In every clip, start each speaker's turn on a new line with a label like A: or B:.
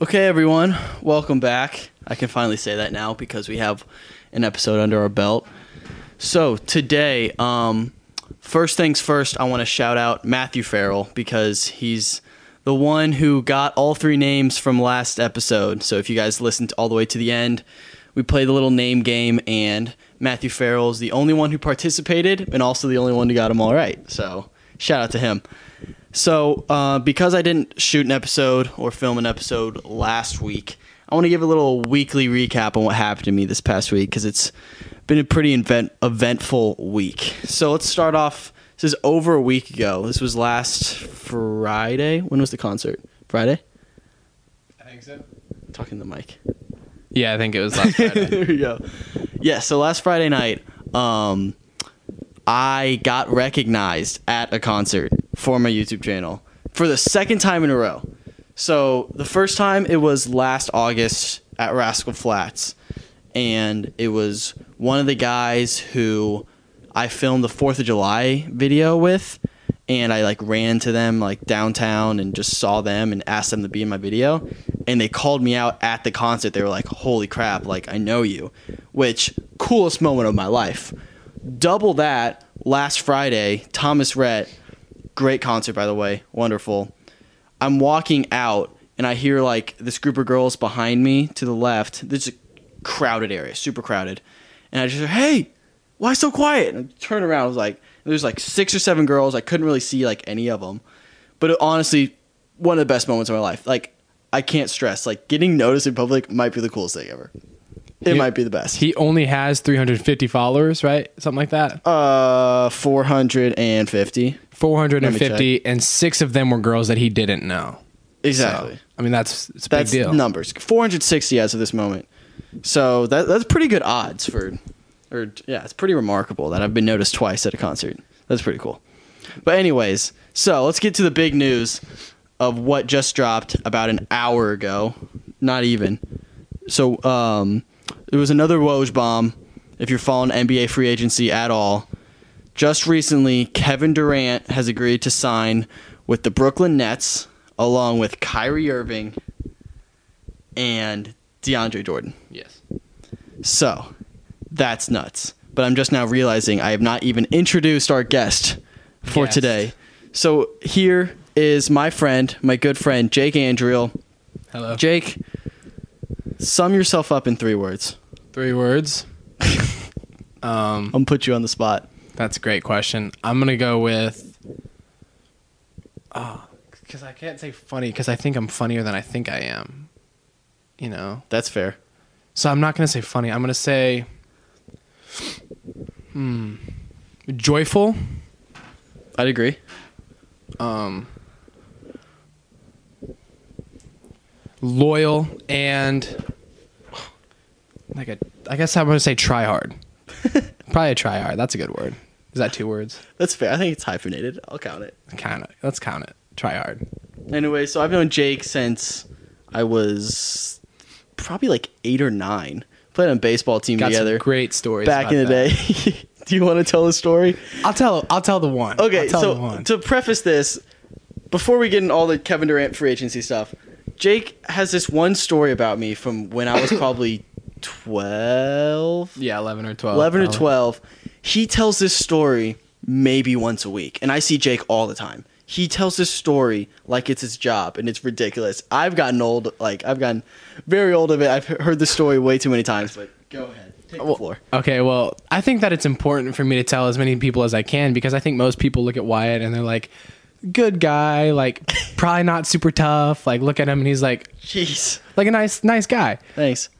A: Okay, everyone, welcome back. I can finally say that now because we have an episode under our belt. So today, um, first things first, I want to shout out Matthew Farrell because he's the one who got all three names from last episode. So if you guys listened all the way to the end, we played the little name game, and Matthew Farrell is the only one who participated and also the only one who got them all right. So shout out to him. So, uh, because I didn't shoot an episode or film an episode last week, I want to give a little weekly recap on what happened to me this past week because it's been a pretty event- eventful week. So, let's start off. This is over a week ago. This was last Friday. When was the concert? Friday?
B: I think so.
A: Talking to the mic.
C: Yeah, I think it was last Friday.
A: there we go. Yeah, so last Friday night, um, I got recognized at a concert for my YouTube channel for the second time in a row. So the first time it was last August at Rascal Flats, and it was one of the guys who I filmed the Fourth of July video with, and I like ran to them like downtown and just saw them and asked them to be in my video, and they called me out at the concert. They were like, "Holy crap! Like I know you," which coolest moment of my life double that last Friday, Thomas Rhett, great concert by the way, wonderful. I'm walking out and I hear like this group of girls behind me to the left. This is a crowded area, super crowded. And I just hear, "Hey, why so quiet?" And I turn around, I was like, there's like six or seven girls. I couldn't really see like any of them. But it, honestly, one of the best moments of my life. Like I can't stress, like getting noticed in public might be the coolest thing ever. It
C: He-
A: might be the best.
C: He only has 350 followers, right? Something like that.
A: Uh, 450. let me
C: 450, and six of them were girls that he didn't know. So,
A: Exactly.
C: I mean, that's it's a
A: that's
C: big deal.
A: numbers. 460 as of this moment. So that that's pretty good odds for, or yeah, it's pretty remarkable that I've been noticed twice at a concert. That's pretty cool. But anyways, so let's get to the big news of what just dropped about an hour ago. Not even. So um, there was another Woj bomb. If you're following NBA free agency at all, just recently, Kevin Durant has agreed to sign with the Brooklyn Nets along with Kyrie Irving and DeAndre Jordan.
C: Yes.
A: So that's nuts. But I'm just now realizing I have not even introduced our guest for
C: Guest.
A: today. So here is my friend, my good friend, Jake Andriel.
C: Hello.
A: Jake, sum yourself up in three words.
C: Three words. um,
A: I'm gonna put you on the spot.
C: that's a great question. I'm gonna go with. Oh, because I can't say funny because I think I'm funnier than I think I am. You know.
A: That's fair.
C: So I'm not gonna say funny. I'm gonna say, hmm, joyful.
A: I'd agree.
C: um, loyal and like a I guess I'm gonna say try hard. Probably a try hard. That's a good word. Is that two words?
A: That's fair. I think it's hyphenated. I'll count it.
C: Count it. Let's count it. Try hard.
A: Anyway, so I've known Jake since I was probably like eight or nine. Played on a baseball team
C: Got
A: together
C: some great stories
A: back
C: about
A: in the
C: that.
A: day. Do you want to tell a story?
C: I'll tell. I'll tell the one.
A: Okay,
C: I'll tell the
A: so
C: one.
A: to preface this, before we get into all the Kevin Durant free agency stuff, Jake has this one story about me from when I was probably 12,
C: yeah, eleven or twelve.
A: 11 or
C: probably.
A: 12. He tells this story maybe once a week, and I see Jake all the time. He tells this story like it's his job, and it's ridiculous. I've gotten old, like, I've gotten very old of it. I've heard this story way too many times, but go ahead. Take the floor.
C: Okay, well, I think that it's important for me to tell as many people as I can because I think most people look at Wyatt and they're like, good guy, like probably not super tough. Like look at him and he's like
A: Jeez.
C: like a nice nice guy.
A: Thanks.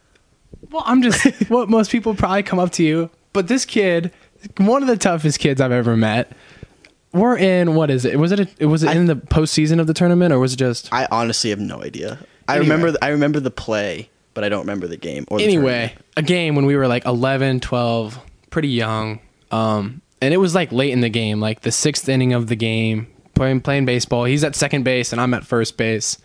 C: Well, I'm just what most people probably come up to you, but this kid, one of the toughest kids I've ever met. We're in what is it? Was it a, it was it in the postseason of the tournament or was it just
A: I honestly have no idea. I
C: Anyway.
A: remember I remember the play, but I don't remember the game or the
C: anyway a game when we were like 11 12 pretty young um and it was like late in the game like the sixth inning of the game playing playing baseball he's at second base and i'm at first base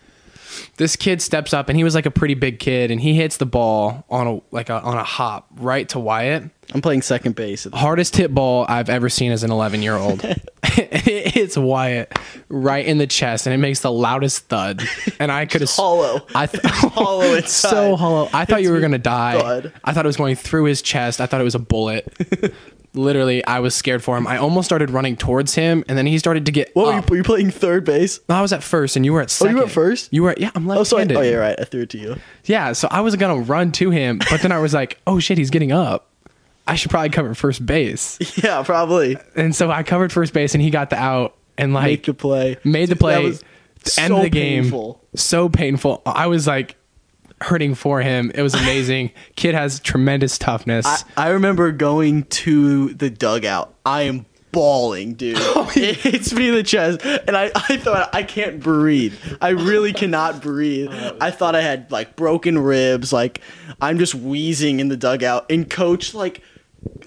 C: This kid steps up and he was like a pretty big kid and he hits the ball on a like a, on a hop right to Wyatt.
A: I'm playing second base. at the-
C: Hardest hit ball I've ever seen as an 11 year old. it hits Wyatt right in the chest and it makes the loudest thud. And I could have
A: hollow.
C: I th-
A: hollow inside.
C: so hollow. I thought you were gonna die.
A: thud.
C: I thought it was going through his chest. I thought it was a bullet. Literally, I was scared for him. I almost started running towards him, and then he started to get.
A: What
C: up.
A: were you, were you playing third base?
C: No, I was at first, and you were at
A: Oh,
C: second.
A: you were at first?
C: You were. Yeah, I'm
A: Oh, sorry.
C: left-handed.
A: Oh, yeah, right. I threw it to you.
C: Yeah, so I was gonna run to him, but then I was like, "Oh shit, he's getting up. I should probably cover first base."
A: Yeah, probably.
C: And so I covered first base, and he got the out, and like
A: Make the play.
C: made the
A: Dude, that
C: play
A: was
C: to end
A: so
C: the game.
A: painful.
C: So painful. I was like hurting for him. It was amazing. Kid has tremendous toughness.
A: I, I remember going to the dugout. I am bawling, dude. it hits me in the chest, and I, I thought I can't breathe. I really cannot breathe. I thought I had like broken ribs. Like I'm just wheezing in the dugout, and coach like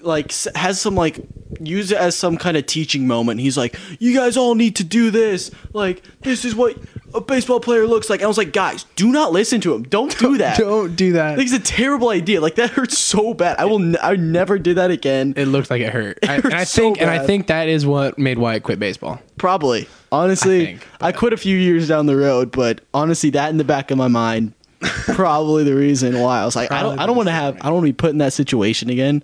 A: like s- has some like use it as some kind of teaching moment. He's like, "You guys all need to do this. Like this is what a baseball player looks like." I was like, "Guys, do not listen to him. Don't do that.
C: Don't do that.
A: Like, it's a terrible idea. Like that hurts so bad. I will. N- I never did that again.
C: it looked like it hurt. I,
A: hurt
C: and I
A: so
C: think and I
A: bad.
C: think that is what made Wyatt quit baseball.
A: Probably. Honestly, I,
C: I think,
A: quit a few years down the road, but honestly, that in the back of my mind, probably the reason why I was like, I
C: Probably
A: don't.
C: the
A: I don't want to have. I don't want to be put in that situation again.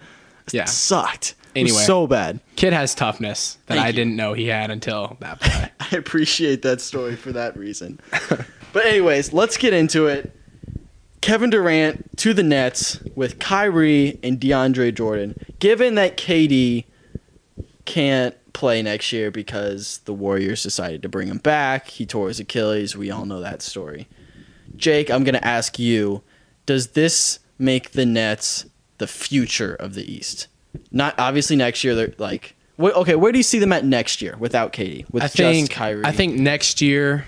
C: Yeah.
A: It sucked. It was
C: Anyway.
A: so bad.
C: Kid has toughness that
A: Thank
C: I
A: you.
C: didn't know he had until that play.
A: I appreciate that story for that reason. but anyways, let's get into it. Kevin Durant to the Nets with Kyrie and DeAndre Jordan. Given that KD can't play next year because the Warriors decided to bring him back, he tore his Achilles. We all know that story. Jake, I'm going to ask you, does this make the Nets the future of the East? Not obviously next year they're like wh- okay, where do you see them at next year without Katie? With
C: I
A: just
C: think
A: Kyrie.
C: I think next year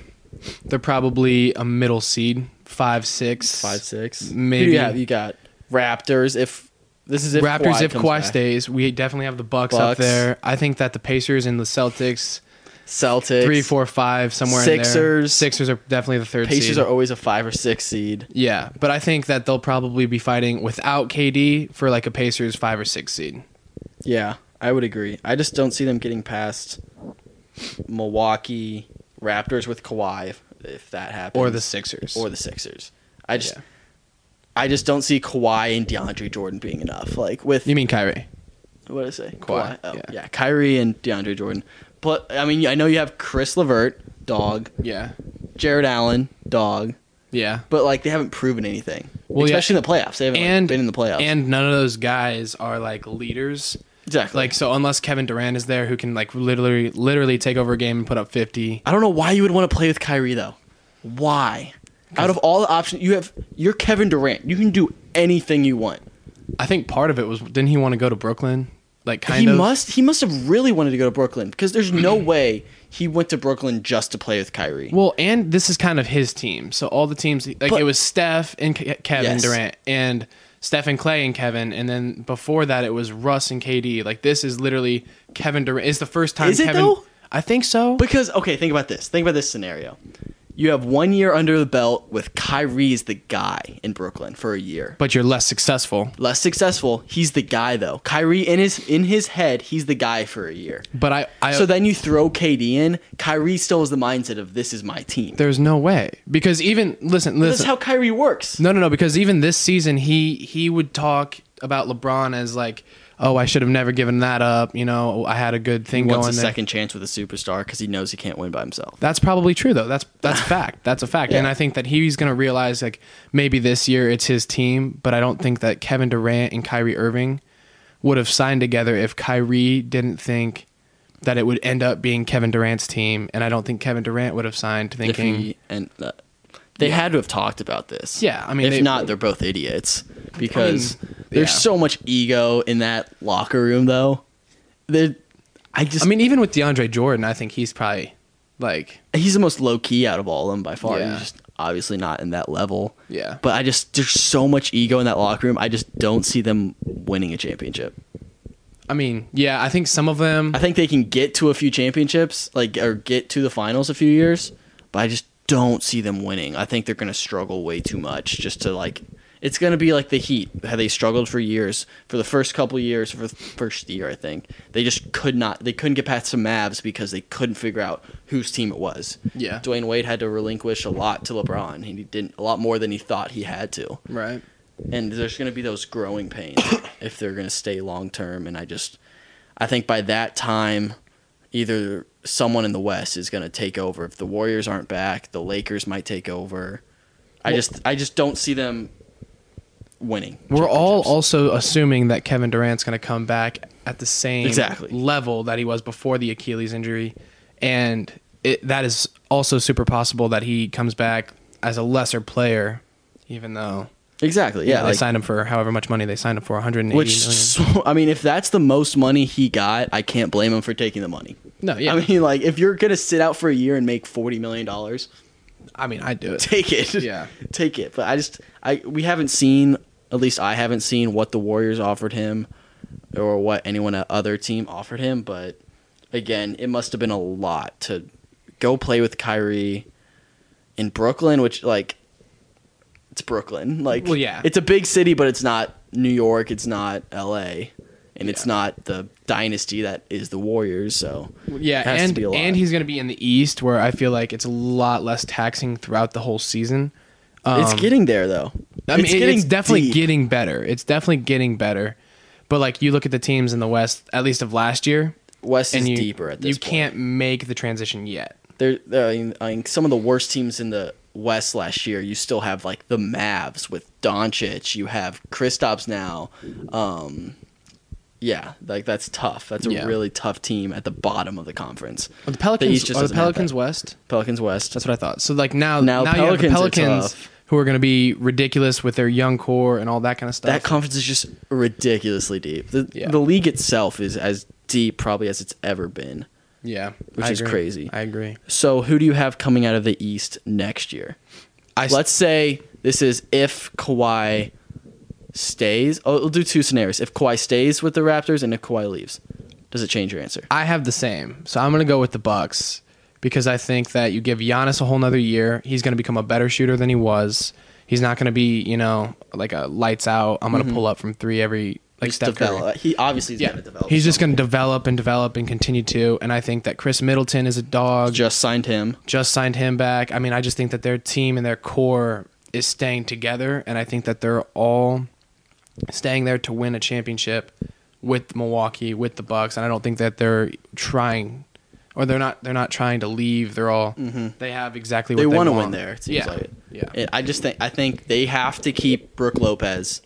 C: they're probably a middle seed, five six.
A: five six.
C: Maybe.
A: Who do you, have? you got Raptors. If this is if
C: Raptors
A: Kawhi
C: if
A: comes
C: Kawhi
A: back.
C: stays, we definitely have the Bucks, up
A: Bucks.
C: there. I think that the Pacers and the Celtics
A: Celtics
C: three, four, five, somewhere. in there.
A: Sixers.
C: Sixers are definitely the third.
A: Pacers
C: seed.
A: are always a five or six seed.
C: Yeah, but I think that they'll probably be fighting without KD for like a Pacers five or six seed.
A: Yeah, I would agree. I just don't see them getting past Milwaukee Raptors with Kawhi if, if that happens,
C: Or the Sixers.
A: or the Sixers. I just,
C: Yeah.
A: I just don't see Kawhi and DeAndre Jordan being enough. Like with
C: you mean Kyrie?
A: what did I say?
C: Kawhi,
A: Oh, yeah.
C: yeah.
A: Kyrie and DeAndre Jordan. But I mean, I know you have Chris Levert, dog,
C: Yeah.
A: Jared Allen, dog,
C: Yeah.
A: but like they haven't proven anything,
C: Well, yeah.
A: especially in the playoffs. They haven't like,
C: And
A: been in the playoffs.
C: And none of those guys are like leaders.
A: exactly.
C: Like so unless Kevin Durant is there who can like literally literally take over a game and put up 50.
A: I don't know why you would want to play with Kyrie though. Why? Out of all the options, you have you're Kevin Durant. You can do anything you want.
C: I think part of it was didn't he want to go to Brooklyn? Like kind
A: he
C: of
A: must he must have really wanted to go to Brooklyn because there's no way he went to Brooklyn just to play with Kyrie.
C: Well, and this is kind of his team. So all the teams, like
A: But-
C: it was Steph and Ke- Kevin
A: Yes.
C: Durant and Steph and Clay and Kevin, and then before that it was Russ and KD. Like this is literally Kevin Durant. It's the first time.
A: Is it,
C: Kevin,
A: though?
C: I think so.
A: Because okay, think about this. Think about this scenario. You have one year under the belt with Kyrie as the guy in Brooklyn for a year.
C: but you're less successful.
A: Less successful. He's the guy though. Kyrie in his in his head, he's the guy for a year.
C: But I, I
A: So then you throw KD in. Kyrie still has the mindset of this is my team.
C: there's no way because even listen,
A: That's
C: listen.
A: how Kyrie works.
C: no, no, no. Because even this season, he he would talk about LeBron as like, oh, I should have never given that up. You know, I had a good thing
A: wants
C: going
A: a
C: there.
A: second chance with a superstar because he knows he can't win by himself.
C: That's probably true though. That's that's fact. That's a fact. And
A: Yeah.
C: I think that he's going to realize like maybe this year it's his team, but I don't think that Kevin Durant and Kyrie Irving would have signed together if Kyrie didn't think that it would end up being Kevin Durant's team, and I don't think Kevin Durant would have signed
A: If
C: thinking
A: he, and uh, they had to have talked about this.
C: Yeah, I mean,
A: if
C: they-
A: not, they're both idiots because
C: I mean,
A: there's
C: yeah.
A: so much ego in that locker room. Though, There- I just,
C: I mean even with DeAndre Jordan, I think he's probably like
A: he's the most low key out of all of them by far.
C: Yeah.
A: He's just obviously not in that level.
C: Yeah.
A: but I just there's so much ego in that locker room. I just don't see them winning a championship.
C: I mean, yeah, I think some of them
A: I think they can get to a few championships, like or get to the finals a few years, but I just don't see them winning. I think they're going to struggle way too much just to like. It's going to be like the Heat, how they struggled for years, for the first couple years, for the first year, I think. They just could not, they couldn't get past the Mavs because they couldn't figure out whose team it was.
C: Yeah.
A: Dwayne Wade had to relinquish a lot to LeBron. He didn't, a lot more than he thought he had to.
C: Right.
A: And there's going to be those growing pains if they're going to stay long term. And I just, I think by that time, either someone in the West is going to take over. If the Warriors aren't back, the Lakers might take over. I just, I just don't see them winning.
C: We're all
A: championships.
C: also assuming that Kevin Durant's going to come back at the same
A: Exactly.
C: level that he was before the Achilles injury, and it, that is also super possible that he comes back as a lesser player, even though
A: exactly, yeah.
C: they
A: like-
C: signed him for however much money they signed him for 180
A: which,
C: million.
A: so- I mean, if that's the most money he got, I can't blame him for taking the money.
C: No, yeah,
A: I mean, like, if you're gonna sit out for a year and make forty million dollars,
C: I mean, I do it.
A: take it.
C: Yeah.
A: take it. But I just I we haven't seen at least I haven't seen what the Warriors offered him or what anyone at other team offered him, but again, it must have been a lot to go play with Kyrie in Brooklyn, which like it's Brooklyn. Like
C: Well, yeah.
A: it's a big city, but it's not New York, it's not LA. And it's not the dynasty that is the Warriors, so
C: Yeah,
A: it has to
C: and
A: be a lot.
C: and he's going to be in the East, where I feel like it's a lot less taxing throughout the whole season.
A: it's
C: Um,
A: getting there though.
C: I mean, it's, it's definitely
A: deep.
C: getting better. It's definitely getting better. But like you look at the teams in the West, at least of last year,
A: West
C: and
A: is
C: you
A: deeper at this
C: you
A: point.
C: can't make the transition yet.
A: there, there- I, mean, I mean, some of the worst teams in the West last year. You still have like the Mavs with Doncic. You have Kristaps now. Um, yeah, like that's tough. That's a
C: Yeah.
A: really tough team at the bottom of the conference.
C: Are the Pelicans,
A: East just
C: are the
A: doesn't have
C: Pelicans
A: that.
C: West?
A: Pelicans West.
C: That's what I thought. So like now, now,
A: Now
C: you have the
A: Pelicans are
C: Pelicans
A: tough.
C: who are going to be ridiculous with their young core and all that kind of stuff.
A: that conference is just ridiculously deep. The,
C: Yeah.
A: the league itself is as deep probably as it's ever been.
C: yeah,
A: Which
C: I
A: is
C: agree.
A: crazy.
C: I agree.
A: So who do you have coming out of the East next year?
C: I s-
A: Let's say this is if Kawhi stays. Oh, we'll do two scenarios. If Kawhi stays with the Raptors and if Kawhi leaves, does it change your answer?
C: I have the same. So I'm going to go with the Bucks because I think that you give Giannis a whole nother year. He's going to become a better shooter than he was. He's not going to be, you know, like a lights out. I'm going to pull up from three every like
A: Just
C: Steph Curry.
A: Mm-hmm. develop. He obviously is
C: Yeah,
A: going to develop.
C: he's just
A: something.
C: going to develop and develop and continue to. And I think that Chris Middleton is a dog. Just,
A: just signed him.
C: signed him back. I mean, I just think that their team and their core is staying together, and I think that they're all staying there to win a championship with Milwaukee, with the Bucks, and I don't think that they're trying. Or they're not. They're not trying to leave. They're all. They have exactly what
A: Mm-hmm. They
C: they,
A: want
C: want
A: to win there. It seems
C: yeah.
A: like it.
C: Yeah.
A: It- I just think I think they have to keep Brooke Lopez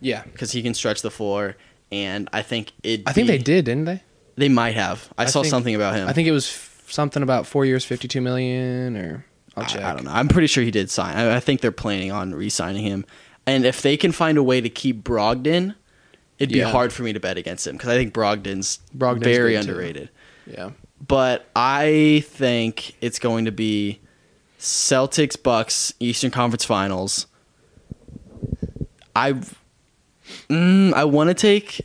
C: Yeah.
A: because he can stretch the floor, and I think it.
C: I think they did, didn't they?
A: They might have. I, saw
C: think-
A: something about him.
C: I think it was f- something about four years, fifty-two million, or I'll check.
A: I, I don't know. I'm pretty sure he did sign. I, I think they're planning on re-signing him. And if they can find a way to keep Brogdon, it'd be
C: Yeah.
A: hard for me to bet against him because I think Brogdon's,
C: Brogdon's
A: very
C: good, too.
A: underrated.
C: Yeah.
A: But I think it's going to be Celtics Bucks Eastern Conference Finals. I mm, I want to take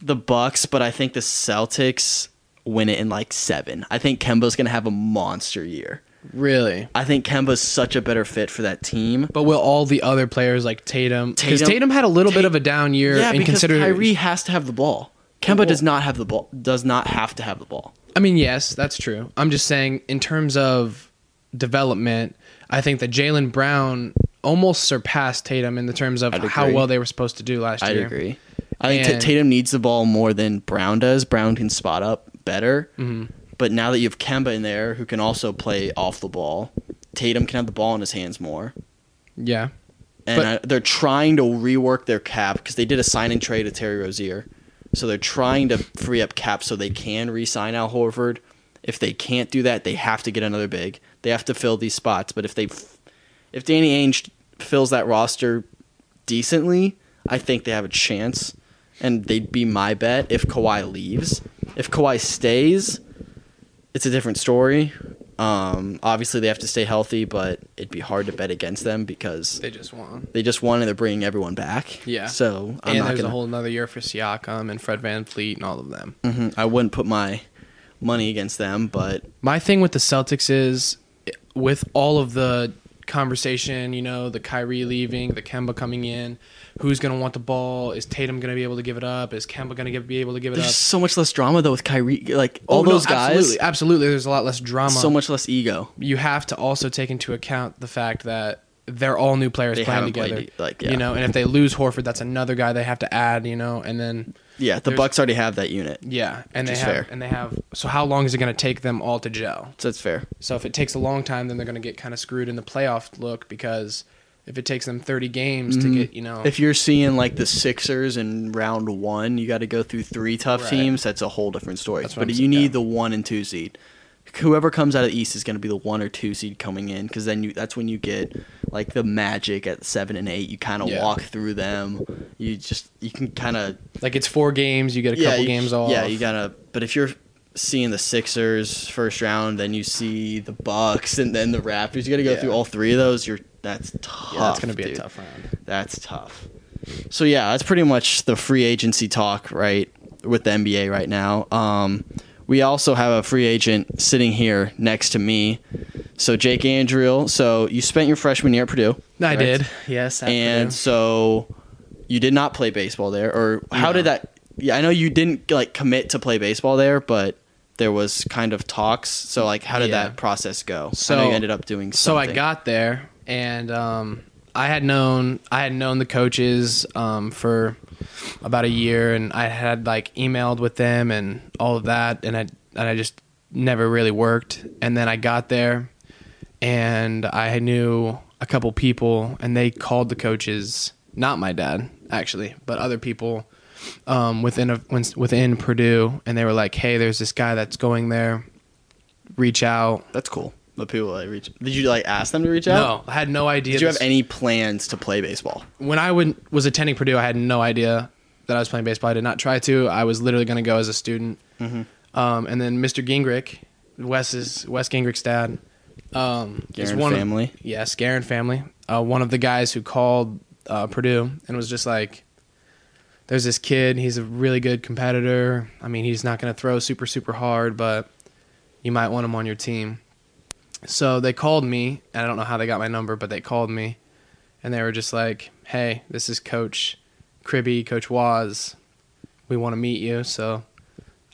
A: the Bucks, but I think the Celtics win it in like 7. I think Kemba's going to have a monster year.
C: Really.
A: I think Kemba's such a better fit for that team.
C: But will all the other players like Tatum? Because
A: Tatum-
C: Tatum, had a little bit
A: Ta-
C: of a down year,
A: yeah,
C: and
A: because
C: consider
A: Kyrie has to have the ball. Kemba
C: Well-
A: does not have the ball. Does not have to have the ball.
C: I mean, yes, that's true. I'm just saying, in terms of development, I think that Jalen Brown almost surpassed Tatum in the terms of
A: I'd
C: how
A: agree.
C: well they were supposed to do last
A: I'd
C: year.
A: agree. I think Ta-
C: And-
A: Tatum needs the ball more than Brown does. Brown can spot up better,
C: Mm-hmm.
A: but now that you have Kemba in there, who can also play off the ball, Tatum can have the ball in his hands more.
C: Yeah,
A: And I, they're trying to rework their cap because they did a sign and trade to Terry Rozier, so they're trying to free up cap so they can re-sign Al Horford. If they can't do that, they have to get another big. They have to fill these spots. But if they, f- if Danny Ainge fills that roster decently, I think they have a chance, and they'd be my bet if Kawhi leaves. If Kawhi stays, it's a different story. Um, obviously, they have to stay healthy, but it'd be hard to bet against them because
C: they just won.
A: they just won and they're bringing everyone back.
C: Yeah.
A: So I'm
C: and
A: not
C: there's
A: gonna.
C: a whole another year for Siakam and Fred Van Fleet and all of them.
A: mm-hmm, Mhm. I wouldn't put my money against them, but
C: My thing with the Celtics is with all of the conversation, you know, the Kyrie leaving, the Kemba coming in, who's going to want the ball? Is Tatum going to be able to give it up? Is Kemba going to be able to give it
A: There's
C: up?
A: so much less drama though with Kyrie. Like all
C: uh, Oh, no,
A: those guys,
C: absolutely, absolutely. There's a lot less drama.
A: so much less ego.
C: you have to also take into account the fact that they're all new players
A: They
C: playing
A: haven't played
C: together.
A: it, like, yeah.
C: You know, and if they lose Horford, that's another guy they have to add. You know, and then
A: Yeah, the
C: There's-
A: Bucks already have that unit,
C: yeah, and
A: Which
C: they
A: is
C: have
A: fair.
C: and they have. So how long is it going to take them all to gel?
A: so that's fair.
C: So if it takes a long time, then they're going to get kind of screwed in the playoff look because if it takes them 30 games to get, you know,
A: Mm-hmm. If you're seeing like the Sixers in round one, you got to go through three tough
C: Right.
A: teams. That's a whole different story.
C: That's what
A: But
C: I'm
A: you
C: saying,
A: need
C: yeah.
A: the one and two seed. Whoever comes out of the East is going to be the one or two seed coming in because then you that's when you get like the magic at seven and eight. You kind of
C: Yeah.
A: walk through them. You just you can kind of
C: like it's four games, you get a couple
A: you,
C: games off.
A: Yeah, you gotta. But if you're seeing the Sixers first round, then you see the Bucks and then the Raptors. You gotta go
C: Yeah.
A: through all three of those. You're that's tough.
C: yeah, that's going to be
A: dude.
C: a tough round.
A: That's tough. So yeah, that's pretty much the free agency talk right with the NBA right now. Um, we also have a free agent sitting here next to me. So Jake Andriel. So you spent your freshman year at Purdue,
C: I
A: correct?
C: did. Yes. at
A: and
C: Purdue.
A: so you did not play baseball there, or how
C: No.
A: did that? Yeah, I know you didn't like commit to play baseball there, but there was kind of talks. So like, how did
C: Yeah.
A: that process go? So I know
C: So-
A: you ended up doing.
C: so I
A: something.
C: got there and um, I had known I had known the coaches um, for about a year and I had like emailed with them and all of that and I and I just never really worked and then I got there and I knew a couple people and they called the coaches not my dad actually but other people um, within a, within Purdue and they were like hey there's this guy that's going there reach out
A: That's cool. The people I reach. Did you like ask them to reach out?
C: no I had no idea
A: Did you
C: this-
A: have any plans to play baseball?
C: when I would, was attending Purdue, I had no idea that I was playing baseball. I did not try to. I was literally going to go as a student.
A: Mm-hmm.
C: Um, and then Mr. Gingrich, Wes's Wes Gingrich's dad, um, is
A: Garen
C: one of-
A: family.
C: yes, Garen family. Uh, one of the guys who called uh, Purdue and was just like, "There's this kid. He's a really good competitor. I mean, he's not going to throw super super hard, but you might want him on your team." So they called me, and I don't know how they got my number, but they called me, and they were just like, "Hey, this is Coach Cribby, Coach Waz. We want to meet you." So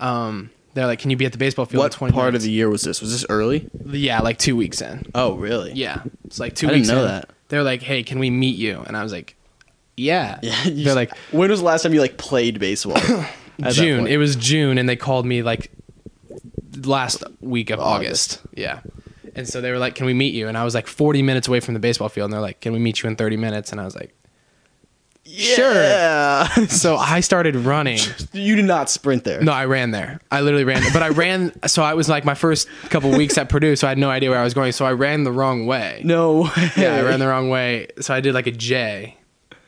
C: um, they're like, "Can you be at the baseball field?"
A: what
C: in 20
A: part of
C: minutes?"
A: the year was this? Was this early?
C: Yeah, like two weeks in.
A: Oh, really?
C: Yeah, it's like two
A: I didn't
C: weeks.
A: know
C: in.
A: that.
C: They're like, "Hey, can we meet you?" And I was like, "Yeah."
A: Yeah. you
C: They're
A: just-
C: like
A: when was the last time you like played baseball? At that
C: June.
A: point.
C: It was June, and they called me like last week of
A: August.
C: August. Yeah. And so they were like, "Can we meet you?" And I was like, 40 minutes away from the baseball field, and they're like, "Can we meet you in 30 minutes?" And I was like,
A: Yeah.
C: "So I started running."
A: you did not sprint there.
C: No, I ran there. I literally ran, but I ran. So I was like, my first couple weeks at Purdue, so I had no idea where I was going. So I ran the wrong way.
A: No way.
C: Yeah, I ran the wrong way. So I did like a J,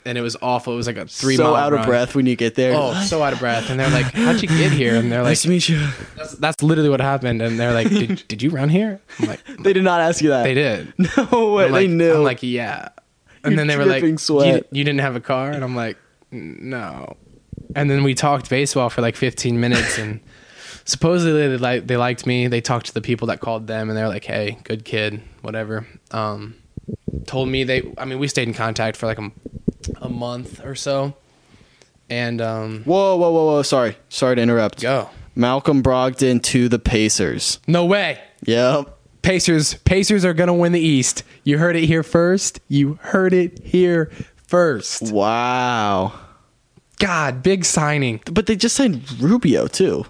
C: and it was awful. It was like a three
A: so
C: mile
A: out of
C: run.
A: breath when you get there.
C: Oh, so out of breath. And they're like, "How'd you get here?" And they're like,
A: nice to meet you.
C: that's, "That's literally what happened." And they're like, "Did, did you run here?" I'm like,
A: They did not ask you that.
C: "They did."
A: No way.
C: I'm like,
A: they knew.
C: I'm like, "Yeah." And
A: You're
C: then they were like,
A: dripping
C: you,
A: sweat.
C: "You didn't have a car?" And I'm like, "N- "No." And then we talked baseball for like 15 minutes, and supposedly they like they liked me. They talked to the people that called them, and they're like, "Hey, good kid, whatever." Um, told me they. I mean, we stayed in contact for like a, m- a month or so, and um,
A: whoa, whoa, whoa, whoa. Sorry. Sorry to interrupt.
C: go.
A: Malcolm Brogdon to the Pacers.
C: No way.
A: Yep.
C: Pacers. Pacers are gonna win the East. You heard it here first. You heard it here first.
A: Wow.
C: God, big signing.
A: But they just signed Rubio too.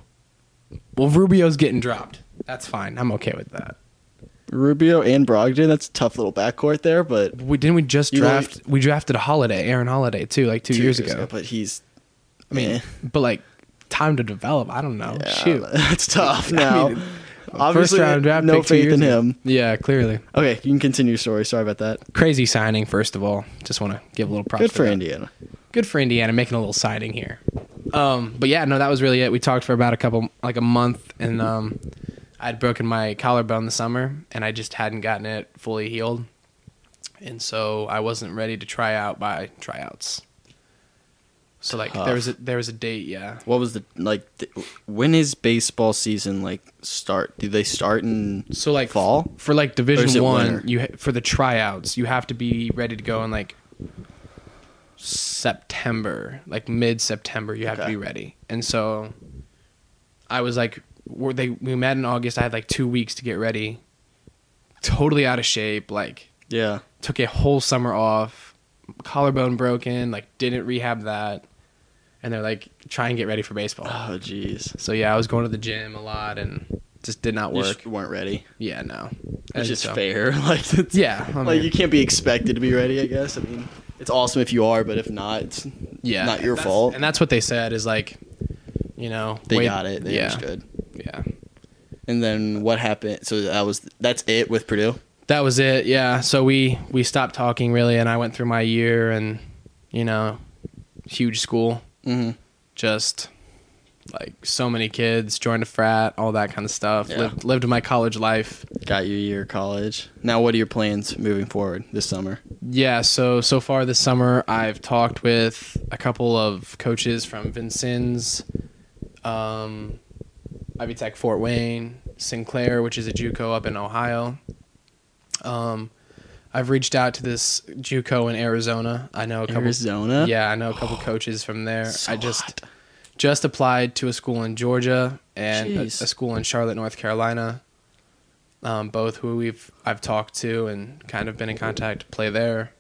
C: Well, Rubio's getting dropped. That's fine. I'm okay with that.
A: Rubio and Brogdon. That's a tough little backcourt there, but
C: We didn't we just
A: You know-
C: draft we drafted a Holiday, Aaron Holiday too, like two, years, ago.
A: But he's.
C: I mean,
A: eh,
C: but like time to develop. I don't know.
A: yeah,
C: Shoot.
A: eh, that's tough now.
C: mean,
A: Obviously,
C: First round draft
A: no
C: pick two
A: faith
C: years
A: in
C: ago.
A: him.
C: Yeah, clearly.
A: Okay, you can continue your story. Sorry about that.
C: Crazy signing, first of all. Just want to give a little props
A: Good for
C: that.
A: Indiana.
C: good for Indiana making a little siding here. Um, but yeah, no, that was really it. We talked for about a couple, like a month, and um, I'd broken my collarbone the summer, and I just hadn't gotten it fully healed, and so I wasn't ready to try out by tryouts. So like
A: Tough.
C: there was a there was a date, yeah.
A: What was the like? Th- when is baseball season like start? Do they start in
C: So like
A: fall?
C: for like
A: Or is it
C: Division
A: winter?
C: One, you ha- for the tryouts, you have to be ready to go in like September, like mid September. You have
A: Okay.
C: to be ready, and so I was like, were they we met in August. I had like two weeks to get ready. Totally out of shape, like
A: Yeah.
C: took a whole summer off, collarbone broken, like didn't rehab that, and they're like try and get ready for baseball.
A: Oh jeez.
C: So yeah, I was going to the gym a lot and just did not
A: You
C: work.
A: just weren't ready,
C: Yeah, no.
A: which
C: And
A: is
C: so-
A: fair. Like it's,
C: Yeah, I
A: like
C: mean-
A: you can't be expected to be ready. I guess. I mean, it's awesome if you are, but if not, it's
C: Yeah,
A: not your
C: That's-
A: fault.
C: And that's what they said is like, you know,
A: they
C: wait-
A: got it. They
C: yeah,
A: understood.
C: yeah.
A: And then what happened? So that was that's it with Purdue.
C: That was it. Yeah. So we we stopped talking really, and I went through my year, and you know, huge school,
A: Mm-hmm.
C: just like so many kids, joined a frat, all that kind of stuff.
A: Yeah.
C: Lived lived my college life.
A: Got you a year of college. Now, what are your plans moving forward this summer?
C: Yeah, so so far this summer, I've talked with a couple of coaches from Vincennes, um, Ivy Tech Fort Wayne, Sinclair, which is a JUCO up in Ohio. Um, I've reached out to this JUCO in Arizona. I know a couple.
A: Arizona.
C: Yeah, I know a couple coaches from there.
A: So
C: I just
A: hot.
C: just applied to a school in Georgia and a, a
A: Jeez.
C: school in Charlotte, North Carolina. Um, both who we've I've talked to and kind of been in contact to play there.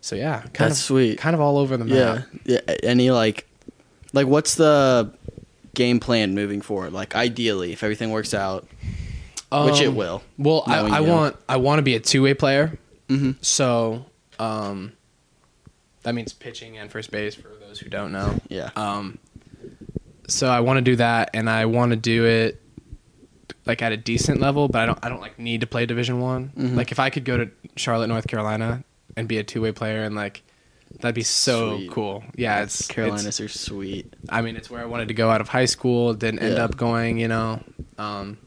C: So yeah, kind
A: That's
C: of
A: sweet.
C: Kind of all over the
A: Yeah.
C: map.
A: yeah. Any like, like what's the game plan moving forward? Like ideally, if everything works out, which it
C: Um,
A: will.
C: Well, I,
A: knowing
C: I
A: you.
C: want I want to be a two way player.
A: Mhm.
C: So um, that means pitching and first base for those who don't know.
A: Yeah.
C: Um, so I want to do that, and I want to do it like at a decent level, but I don't. I don't like need to play Division One.
A: Mhm.
C: Like if I could go to Charlotte, North Carolina, and be a two way player, and like that'd be so
A: Sweet.
C: cool. Yeah, it's Carolina.
A: Carolinas are sweet.
C: I mean, it's where I wanted to go out of high school. Didn't end
A: Yeah.
C: up going. You know. Um,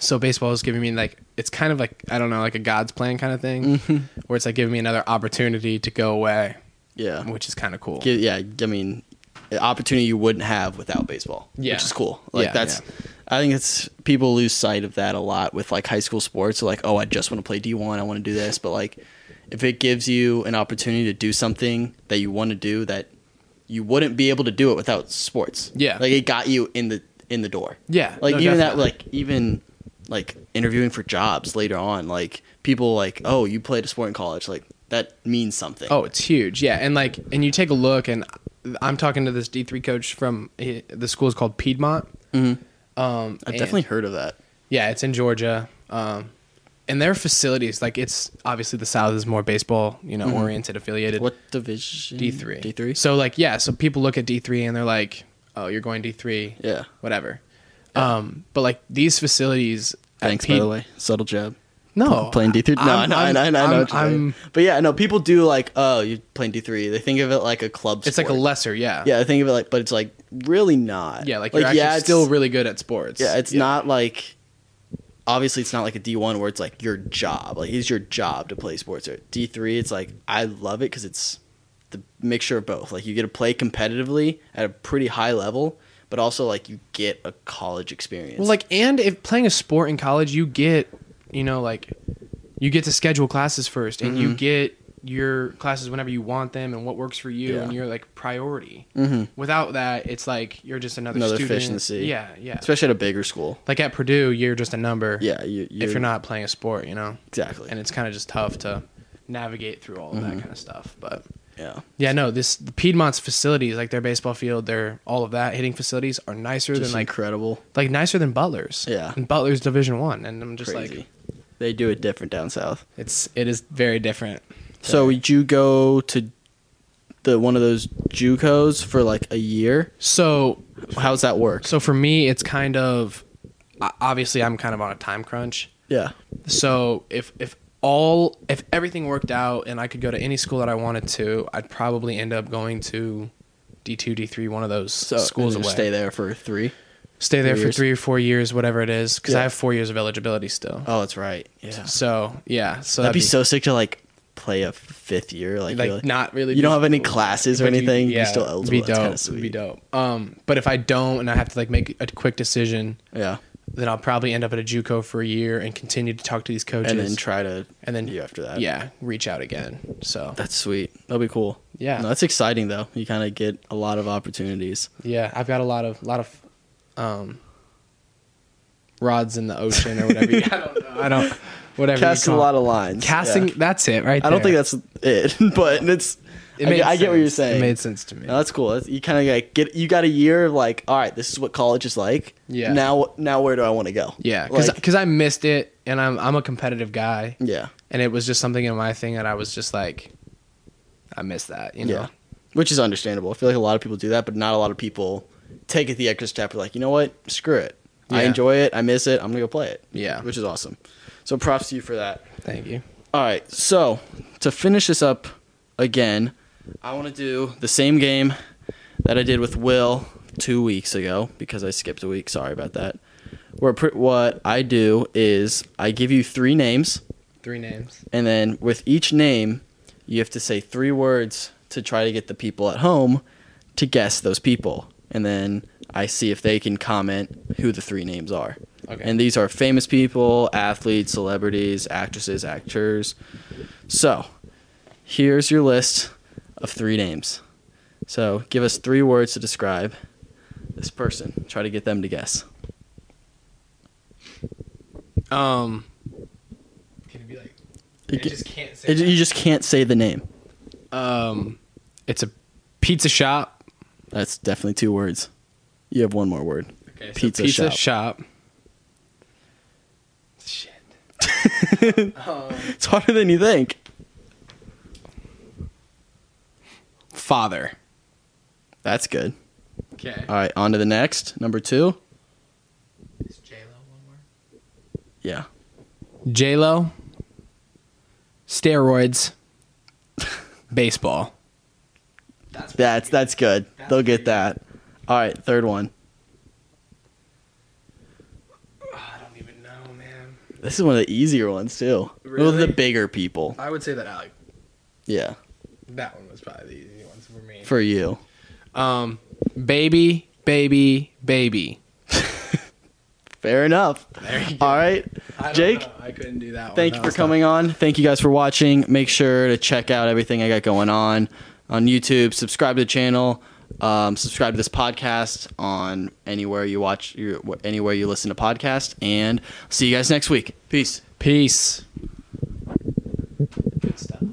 C: so baseball is giving me like it's kind of like I don't know like a God's plan kind of thing, where it's like giving me another opportunity to go away,
A: Yeah.
C: which is kind of cool.
A: Gi- Yeah. I mean, an opportunity you wouldn't have without baseball.
C: Yeah.
A: Which is cool. Like
C: Yeah,
A: that's. I think it's people lose sight of that a lot with like high school sports. Like, oh, I just want to play D one. I want to do this, but like, if it gives you an opportunity to do something that you want to do that you wouldn't be able to do it without sports.
C: Yeah.
A: like it got you in the in the door.
C: Yeah,
A: like
C: no,
A: even that
C: definitely.
A: like even like interviewing for jobs later on. Like people like, oh, you played a sport in college. Like that means something.
C: Oh, it's huge. Yeah, and like, and you take a look, and I'm talking to this D3 coach from eh, the school is called Piedmont. Mm-hmm. Um,
A: I've
C: and-
A: definitely heard of that.
C: Yeah, it's in Georgia. Um, and their facilities, like, it's obviously the South is more baseball, you know, oriented, affiliated.
A: Mm-hmm. What division?
C: D three.
A: D three.
C: So like yeah, so people look at D three and they're like, oh, you're going D three.
A: Yeah.
C: Whatever. Um, but like these facilities. at
A: Thanks,
C: Pied-
A: by the way. Subtle jab.
C: No,
A: Playing D three. No,
C: I'm-
A: no, I, I, I know.
C: I'm-
A: what you're saying.
C: I'm-
A: but yeah, no. People do like, oh, you're playing D three. They think of it like a club.
C: It's like a
A: sport.
C: lesser, yeah.
A: Yeah, I think of it like, but it's like really not.
C: Yeah, like, you're actually
A: yeah, it's-
C: still really good at sports.
A: Yeah, it's not like. Obviously, it's not like a D one where it's like your job. Like it's your job to play sports. Or D three, it's like I love it because it's the mixture of both. Like you get to play competitively at a pretty high level, but also like you get a college experience.
C: Well, like, and if playing a sport in college, you get, you know, like, you get to schedule classes first, and
A: Mm-hmm.
C: you get your classes whenever you want them, and what works for you,
A: Yeah.
C: and your like priority.
A: Mhm.
C: Without that, it's like you're just another
A: Another
C: student.
A: fish in the sea.
C: Yeah, yeah.
A: especially at a bigger school.
C: like at Purdue, you're just a number.
A: Yeah, you,
C: If you're not playing a sport, you know,
A: exactly,
C: and it's kind of just tough to navigate through all of
A: Mm-hmm.
C: that kind of stuff, but.
A: yeah,
C: Yeah, no. This Piedmont's facilities, like their baseball field, their all of that hitting facilities, are nicer
A: just
C: than like
A: incredible,
C: like nicer than Butler's.
A: Yeah.
C: And Butler's Division One, and I'm just
A: crazy.
C: like,
A: they do it different down south.
C: it's it is very different.
A: So would you go to the one of those JUCOs for like a year?
C: So
A: How's that work?
C: so for me, it's kind of o- obviously I'm kind of on a time crunch.
A: yeah,
C: So if if all if everything worked out and I could go to any school that I wanted to, I'd probably end up going to D two, D three, one of those
A: so
C: schools
A: and
C: away.
A: just stay there for three.
C: Stay there
A: three
C: for
A: years.
C: three or four years, whatever it is, because
A: Yeah.
C: I have four years of eligibility still.
A: Oh, that's right. Yeah, that'd,
C: So yeah, so
A: be, so sick to like play a fifth year? Like,
C: like
A: you're like-
C: not really.
A: You don't
C: be-
A: have any classes or
C: but you-
A: anything.
C: yeah,
A: you're still
C: it'd
A: eligible.
C: Be
A: That's
C: dope.
A: kind of
C: it'd
A: sweet.
C: Be dope. Um, but if I don't and I have to like make a quick decision,
A: Yeah,
C: then I'll probably end up at a JUCO for a year and continue to talk to these coaches
A: and then try to
C: and then
A: you after that.
C: yeah reach out again. So
A: that's sweet. That'll be cool.
C: Yeah.
A: no, that's exciting though. You kind of get a lot of opportunities.
C: yeah, I've got a lot of lot of um, rods in the ocean or whatever. you- I don't know. I don't whatever.
A: Cast
C: you
A: a
C: call
A: lot
C: it.
A: of lines.
C: casting.
A: Yeah.
C: That's it, right?
A: I don't
C: there.
A: think that's it, but it's. I,
C: made
A: get- I get what you're
C: sense.
A: saying.
C: It made sense to me.
A: No, that's cool. That's, you kind of like get you got a year of like, all right, this is what college is like.
C: Yeah.
A: Now, now where do I want to go?
C: yeah, because
A: Like,
C: I missed it, and I'm I'm a competitive guy.
A: yeah,
C: and it was just something in my thing that I was just like, I miss that, you know.
A: yeah. Which is understandable. I feel like a lot of people do that, but not a lot of people take it the extra step. Like, you know what? Screw it. I
C: Yeah.
A: enjoy it. I miss it. I'm gonna go play it.
C: Yeah.
A: Which is awesome. So props to you for that.
C: Thank you.
A: All right. So to finish this up again, I want to do the same game that I did with Will two weeks ago because I skipped a week. Sorry about that. Where pr- what I do is I give you three names,
C: Three names.
A: and then with each name, you have to say three words to try to get the people at home to guess those people, and then I see if they can comment who the three names are.
C: Okay.
A: And these are famous people, athletes, celebrities, actresses, actors. So, here's your list of three names. So, give us three words to describe this person. Try to get them to guess.
C: um,
B: Can it be like?
A: It
B: I
A: ge-
B: just can't say.
A: it- you just can't say the name.
C: um, it's a pizza shop.
A: That's definitely two words. You have one more word.
C: Okay,
A: Pizza
C: pizza shop. Shit. um,
A: It's harder than you think.
C: father. Uh,
A: That's good.
C: Okay.
A: All right, on to the next. Number two.
B: Is J Lo one word?
A: Yeah.
C: J Lo. Steroids. baseball.
B: That's
A: That's that's good. They'll get that. All right, third one.
C: Oh, I don't even know, man.
A: This is one of the easier ones too. Well,
C: Really?
A: the bigger people.
C: I would say that Alec.
A: Yeah,
C: That one was probably the easy one for me.
A: for you.
C: Um, baby, baby, baby.
A: Fair enough.
C: There you
A: All right,
C: I don't
A: Jake,
C: know. I couldn't do that. one.
A: thank
C: That
A: you for
C: was
A: coming on. Thank you guys for watching. Make sure to check out everything I got going on on YouTube. Subscribe to the channel. Um, subscribe to this podcast on anywhere you watch, your, anywhere you listen to podcast. And see you guys next week. Peace.
C: tough. Peace.
B: Good stuff.